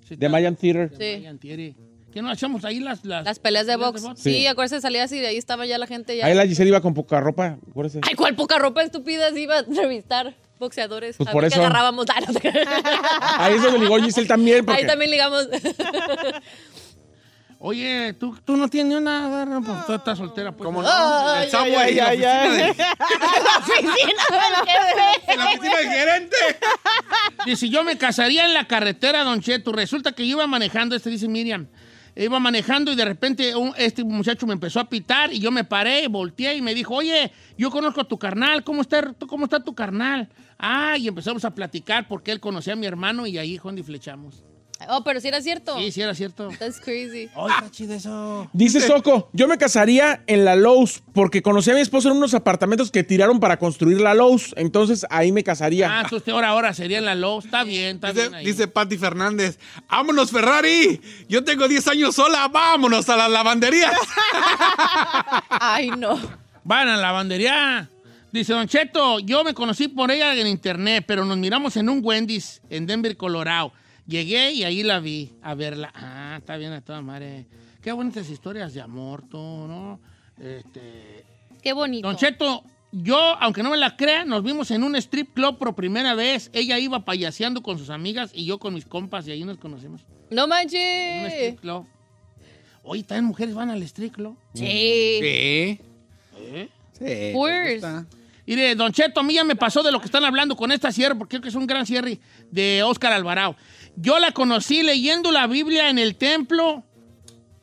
Sí, de está- Mayan Theater. Sí. Mayan, Thierry. ¿Qué nos echamos ahí las... Las, Las peleas de box. Sí, Sí. acuérdese, salía así, de ahí estaba ya la gente ya. Ahí la Giselle iba con poca ropa, acuérdese. Ay, ¿cuál poca ropa estúpida se iba a entrevistar boxeadores? Pues a por ver qué eso. agarrábamos. Ah, no te creas. Ahí es donde ligó Giselle también. Porque... Ahí también ligamos. Oye, tú, tú no tienes ni una. no, pues, Tú estás soltera, pues. Ah, ¿Cómo no? Ay, el Samuel, en la ay, ay, oficina de- Jefe. en la oficina del gerente. Dice, yo me casaría en la carretera, Don Cheto. Resulta que yo iba manejando, este dice Miriam. Iba manejando y de repente un- este muchacho me empezó a pitar y yo me paré, volteé y me dijo, oye, yo conozco a tu carnal, ¿cómo está, cómo está tu carnal? Ah, y empezamos a platicar porque él conocía a mi hermano y ahí, Juan, y flechamos. Oh, pero si era cierto. Sí, sí, era cierto. That's crazy. Ay, Ah, está chido eso. Dice Soco, yo me casaría en la Lowe's porque conocí a mi esposo en unos apartamentos que tiraron para construir la Lowe's. Entonces ahí me casaría. Ah, entonces usted ahora, ahora sería en la Lowe's. Está bien, está bien. Dice, ahí. dice Patti Fernández, vámonos Ferrari, yo tengo 10 años sola, vámonos a la lavandería. Ay, no. Van a la lavandería. Dice Don Cheto, yo me conocí por ella en internet, pero nos miramos en un Wendy's en Denver, Colorado. Llegué y ahí la vi, a verla. Ah, está bien a toda madre. Qué bonitas historias de amor, tú, ¿no? Este, Qué bonito. Don Cheto, yo, aunque no me la crea, nos vimos en un strip club por primera vez. Ella iba payaseando con sus amigas y yo con mis compas y ahí nos conocimos. No En un manches. strip club. Oye, también mujeres van al strip club. Sí. Sí. Of Eh, Sí. course. Mire, Don Cheto, a mí ya me pasó de lo que están hablando con esta cierre, porque creo que es un gran cierre de Óscar Alvarado. Yo la conocí leyendo la Biblia en el templo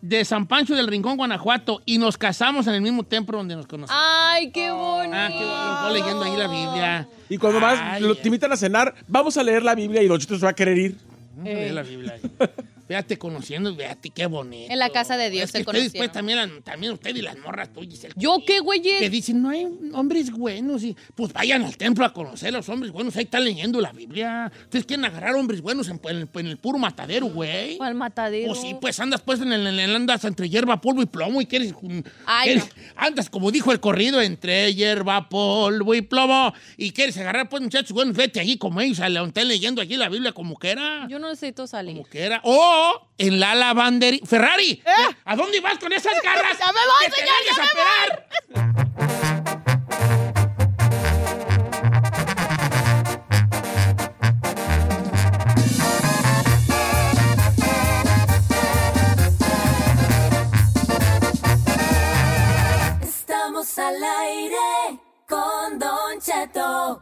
de San Pancho del Rincón, Guanajuato, y nos casamos en el mismo templo donde nos conocimos. Ay, qué bonito. Ah, qué bueno, yo leyendo ahí la Oh, Biblia. Y cuando vas, Ay, lo- ya. te invitan a cenar, vamos a leer la Biblia y Donchito se va a querer ir. Eh, Ve la Biblia. Fíjate conociendo, fíjate qué bonito. En la casa de Dios Es que pues, se usted después conocieron. también, las- también usted y las morras tuyas. el- Yo qué, Que güeyes. dicen, no hay hombres buenos. Y, pues vayan al templo a conocer a los hombres buenos. Ahí están leyendo la Biblia. Ustedes quieren agarrar hombres buenos en, en el- en el puro matadero, güey. Al matadero. Pues sí, pues andas pues en el, en el- andas entre hierba, polvo y plomo y quieres... mm, Ay, quieres- no. Andas, como dijo el corrido, entre hierba, polvo y plomo y quieres agarrar pues muchachos, bueno, vete allí como ellos, a la- estén leyendo allí la Biblia como quiera. Yo no necesito salir. ah. Como quiera. O en la lavandería. ¡Ferrari! ¡Eh! ¿A dónde vas con esas garras? ¡Ya me voy, ¡Que te señor, vayas ya a me operar! Estamos al aire con Don Cheto.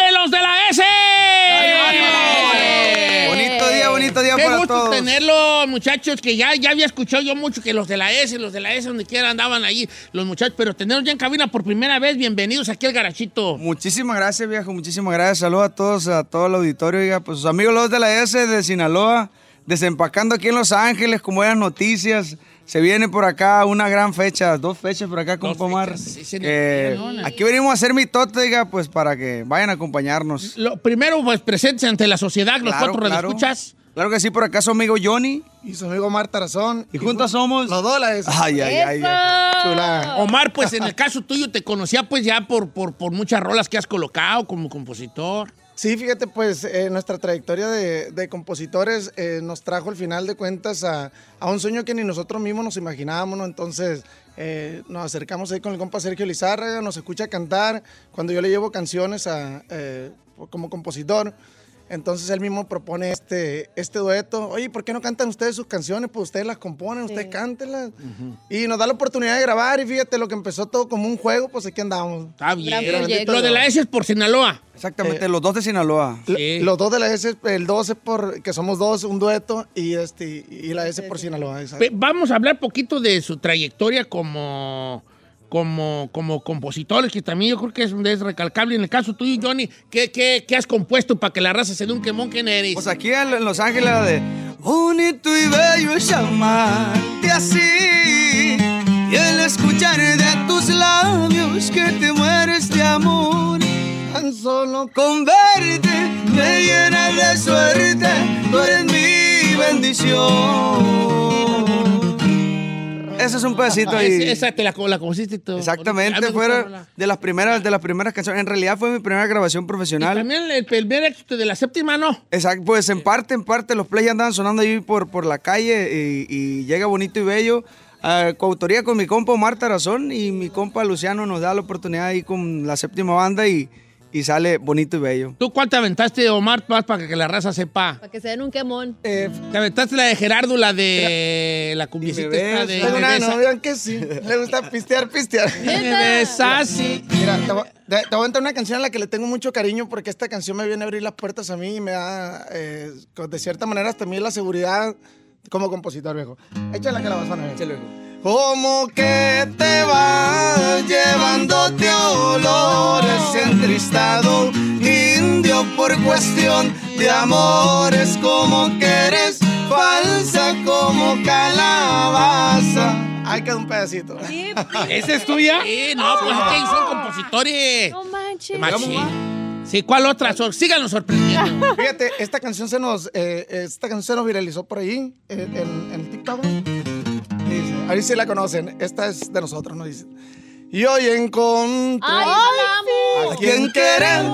los de la S. Bonito día, bonito día Qué para gusto todos. tenerlo, muchachos, que ya, ya había escuchado yo mucho que los de la S, los de la S, donde quiera andaban ahí, los muchachos, pero tenerlos ya en cabina por primera vez, bienvenidos aquí al Garachito. Muchísimas gracias, viejo. Muchísimas gracias. Saludos a todos, a todo el auditorio. Oiga, pues sus amigos los de la S de Sinaloa, desempacando aquí en Los Ángeles, con buenas noticias. Se viene por acá una gran fecha, dos fechas por acá, con Pomar. Que aquí venimos a hacer mitote, oiga, pues para que vayan a acompañarnos. Lo primero, pues presentes ante la sociedad, los Claro, cuatro claro. radioescuchas. Claro que sí, por acá su amigo Johnny. Y su amigo Marta Razón. Y juntos somos. Los dólares. Ay, ay, ay, ay. Chulada. Omar, pues en el caso tuyo te conocía pues ya por, por, por muchas rolas que has colocado como compositor. Sí, fíjate, pues eh, nuestra trayectoria de, de compositores eh, nos trajo al final de cuentas a, a un sueño que ni nosotros mismos nos imaginábamos, ¿no? Entonces eh, nos acercamos ahí con el compa Sergio Lizárraga, nos escucha cantar, cuando yo le llevo canciones a, eh, como compositor. Entonces él mismo propone este, este dueto. Oye, ¿por qué no cantan ustedes sus canciones? Pues ustedes las componen, ustedes cántenlas. Y nos da la oportunidad de grabar y fíjate, lo que empezó todo como un juego, pues aquí andamos. Está bien. Lo de la S es por Sinaloa. Exactamente, los dos de Sinaloa. Los dos de la S, el 12 por que somos dos, un dueto, y este y la S por Sinaloa. exacto. Pe- Vamos a hablar poquito de su trayectoria como, como, como compositores, que también yo creo que es, es recalcable. En el caso tuyo, Johnny, ¿qué, qué, qué has compuesto para que la raza se dé un quemón que eres? Pues aquí en Los Ángeles la de Bonito y bello es llamarte así Y el escuchar de tus labios que te mueres de amor Tan solo con verte me llenas de suerte Tú eres mi bendición Ese es un pedacito Ah, ahí es- esa te la, la compusiste tú. A mí Exactamente, me gusta la- fueron de las primeras, de las primeras canciones. En realidad fue mi primera grabación profesional. también el primer éxito de la séptima, ¿no? Exacto, pues en parte, en parte, los plays ya andaban sonando ahí por, por la calle y, y llega bonito y bello. Ah, coautoría con mi compa Marta Razón y mi compa Luciano nos da la oportunidad ahí con la séptima banda y, y sale bonito y bello. ¿Tú cuál te aventaste, Omar, más para que la raza sepa? Para que se den un quemón. Te aventaste la de Gerardo, la de la cumbiecita esta de... Tengo de una esa. novia que sí, le gusta pistear, pistear. Mira, te voy, te- te voy a contar una canción a la que le tengo mucho cariño porque esta canción me viene a abrir las puertas a mí y me da, eh, co- de cierta manera, hasta a mí la seguridad como compositor, viejo. Échala que la vas a ver. Como que te vas llevándote olores entristado, indio por cuestión de amores, como que eres falsa como calabaza. Ahí queda un pedacito. ¿Esa es tuya? pues. Sí, no, pues es que ellos son compositores. No manches. eh? Sí, ¿cuál otra? Sor- Síganos sorprendiendo. Fíjate, esta canción se nos, eh, esta canción se nos viralizó por ahí en, en- en TikTok. Dice, a ver si la conocen. Esta es de nosotros, nos dicen. Y hoy encontré ¿A quién querer?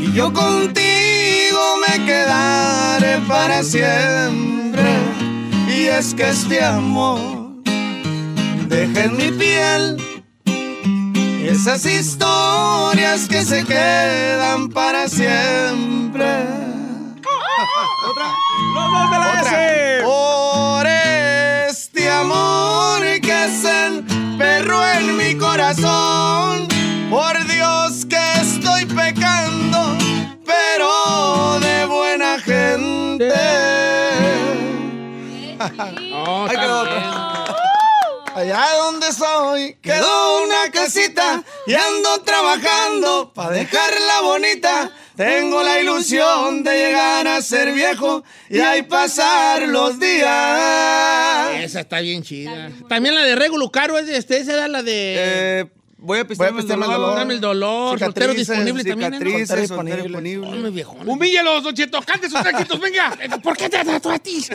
Y yo contigo me quedaré para siempre. Y es que este amor deja en mi piel esas historias que se quedan para siempre. Otra. Los de la Por este amor que es el perro en mi corazón. Por Dios que estoy pecando, pero de buena gente. Ahí quedó otra. Allá donde soy, Quedó una casita y ando trabajando pa' dejarla bonita. Tengo la ilusión de llegar a ser viejo y ahí pasar los días. Esa está bien chida. También la de Regulo Caro, es de este, esa era la Eh, de. voy a pisar pistearme el dolor. el dolor. Soltero Cicatrices, disponible también. cicatrices, Soltero soltero disponible. Hombre, viejón. Humíllelos, Don Cheto. Cante sus éxitos, venga. ¿Por qué te trató a ti?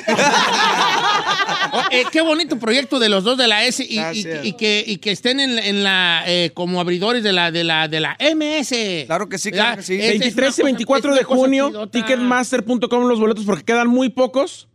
Oh, eh, qué bonito proyecto de los dos de la S y, y- Gracias. y que, y que estén en, en la eh, como abridores de la de la de la MS. Claro que sí, claro 23 y 24 de junio, ticketmaster.com los boletos porque quedan muy pocos.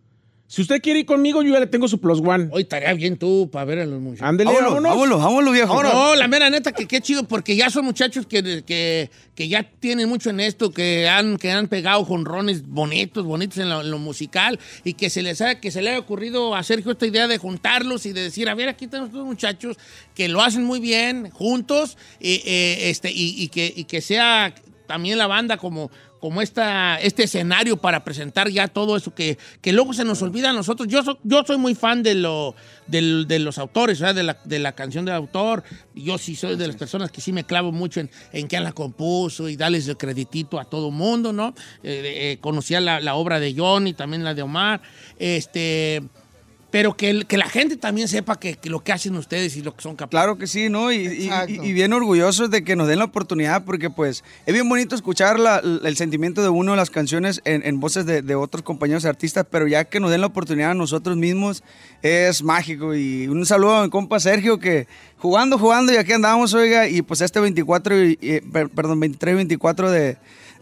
Si usted quiere ir conmigo, yo ya le tengo su plus one. Hoy estaría bien tú para ver a los muchachos. Ándele, Vámonos, vámonos, viejo. No, la mera neta que qué chido, porque ya son muchachos que, que, que ya tienen mucho en esto, que han, que han pegado jonrones bonitos, bonitos en lo, en lo musical, y que se les ha, que se le haya ocurrido a Sergio esta idea de juntarlos y de decir, a ver, aquí tenemos dos muchachos que lo hacen muy bien juntos, eh, eh, este, y, y que, y que sea también la banda como como esta, este escenario para presentar ya todo eso que, que luego se nos olvida a nosotros. Yo, so- yo soy muy fan de, lo, del- de los autores, ¿verdad? De, la, de la canción del autor. Yo sí soy de las personas que sí me clavo mucho en, en quién la compuso y darles el creditito a todo mundo, ¿no? Eh, eh, conocía la, la obra de Johnny, también la de Omar. Este, pero que, el- que la gente también sepa que, que lo que hacen ustedes y lo que son capaces. Claro que sí, ¿no? Y, y- y- y bien orgullosos de que nos den la oportunidad porque pues es bien bonito escuchar la- el sentimiento de uno, las canciones en, en voces de, de otros compañeros artistas, pero ya que nos den la oportunidad a nosotros mismos es mágico. Y un saludo a mi compa Sergio que jugando, jugando y aquí andamos, oiga, y pues este 24, y- y- per- perdón, 23, 24 de...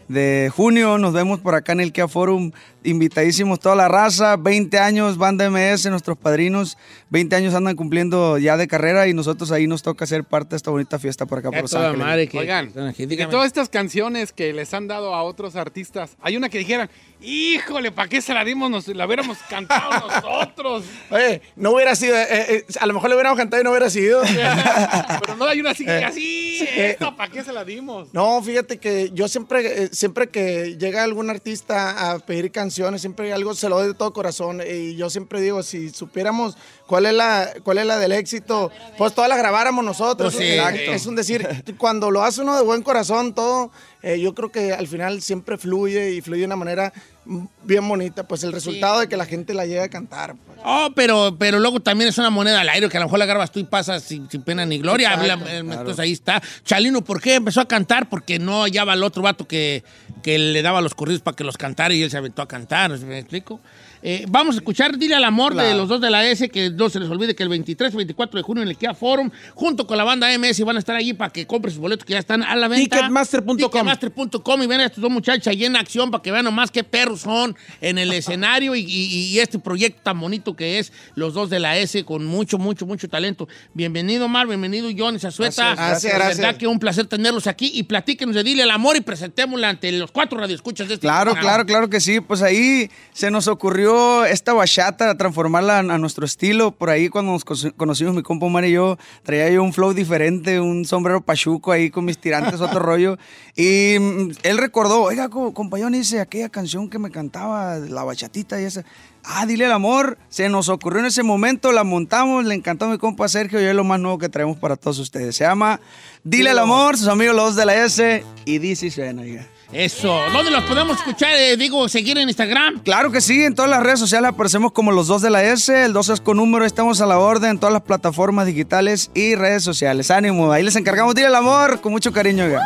de junio. Nos vemos por acá en el Kia Forum. Invitadísimos toda la raza. 20 años, Banda MS, nuestros padrinos. 20 años andan cumpliendo ya de carrera y nosotros ahí nos toca ser parte de esta bonita fiesta por acá por Los Ángeles. Oigan, de todas estas canciones que les han dado a otros artistas, hay una que dijeran, híjole, ¿para qué se la dimos? Nos, la hubiéramos cantado nosotros. Oye, no hubiera sido, eh, eh, a lo mejor le hubiéramos cantado y no hubiera sido. Pero no hay una así, Eh, así, eh, esta, ¿para qué se la dimos? No, fíjate que yo siempre, eh, siempre que llega algún artista a pedir canciones, siempre algo se lo doy de todo corazón. Y yo siempre digo, si supiéramos cuál es la, cuál es la del éxito, pues todas la grabáramos nosotros. Pues sí. Eh, Exacto. Es un decir, cuando lo hace uno de buen corazón, todo, eh, yo creo que al final siempre fluye y fluye de una manera mm, bien bonita. Pues el resultado de que la gente la llegue a cantar. Oh, pero, pero luego también es una moneda al aire que a lo mejor la grabas tú y pasas sin, sin pena ni gloria. Exacto, Habla- eh, claro. Entonces ahí está. Chalino, ¿por qué empezó a cantar? Porque no hallaba al otro vato que, que le daba los corridos para que los cantara y él se aventó a cantar. ¿Me explico? Eh, vamos a escuchar Dile al Amor de los dos de la S, que no se les olvide que el 23 y 24 de junio en el Kia Forum, junto con la banda MS, van a estar allí para que compren sus boletos que ya están a la venta. Ticketmaster.com. Ticketmaster.com y ven a estos dos muchachos allí en acción para que vean nomás qué perros son en el escenario y, y- y este proyecto tan bonito que es los dos de la S con mucho, mucho, mucho talento. Bienvenido, Mar, bienvenido, Johnny Sazueta. Gracias, gracias, De verdad gracias. que un placer tenerlos aquí y platíquenos de Dile el Amor y presentémosla ante los cuatro radioescuchas de este Claro, programa. claro, claro que sí. Pues ahí se nos ocurrió esta bachata, transformarla a a nuestro estilo. Por ahí cuando nos cono- conocimos mi compa Omar y yo, traía yo un flow diferente, un sombrero pachuco ahí con mis tirantes, otro rollo. Y mm, él recordó, oiga, co- compañero, dice aquella canción que me cantaba, la bachatita y esa. Ah, dile el amor. Se nos ocurrió en ese momento, la montamos, le encantó a mi compa Sergio y es lo más nuevo que traemos para todos ustedes. Se llama Dile el amor, sus amigos los de la S y dice suena, oiga. Eso. ¿Dónde los podemos escuchar? Eh, digo, seguir en Instagram. Claro que sí, en todas las redes sociales aparecemos como los dos de la S, el 2 es con número, estamos a la orden en todas las plataformas digitales y redes sociales. Ánimo, ahí les encargamos, dile el amor con mucho cariño. oiga.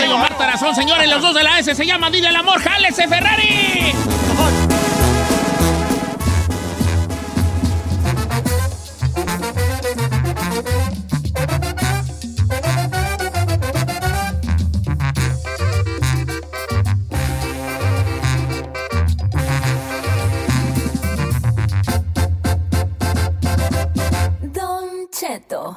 Tengo Marta Razón, señores, los dos de la S se llama Dile el Amor, jálese Ferrari. Don Cheto.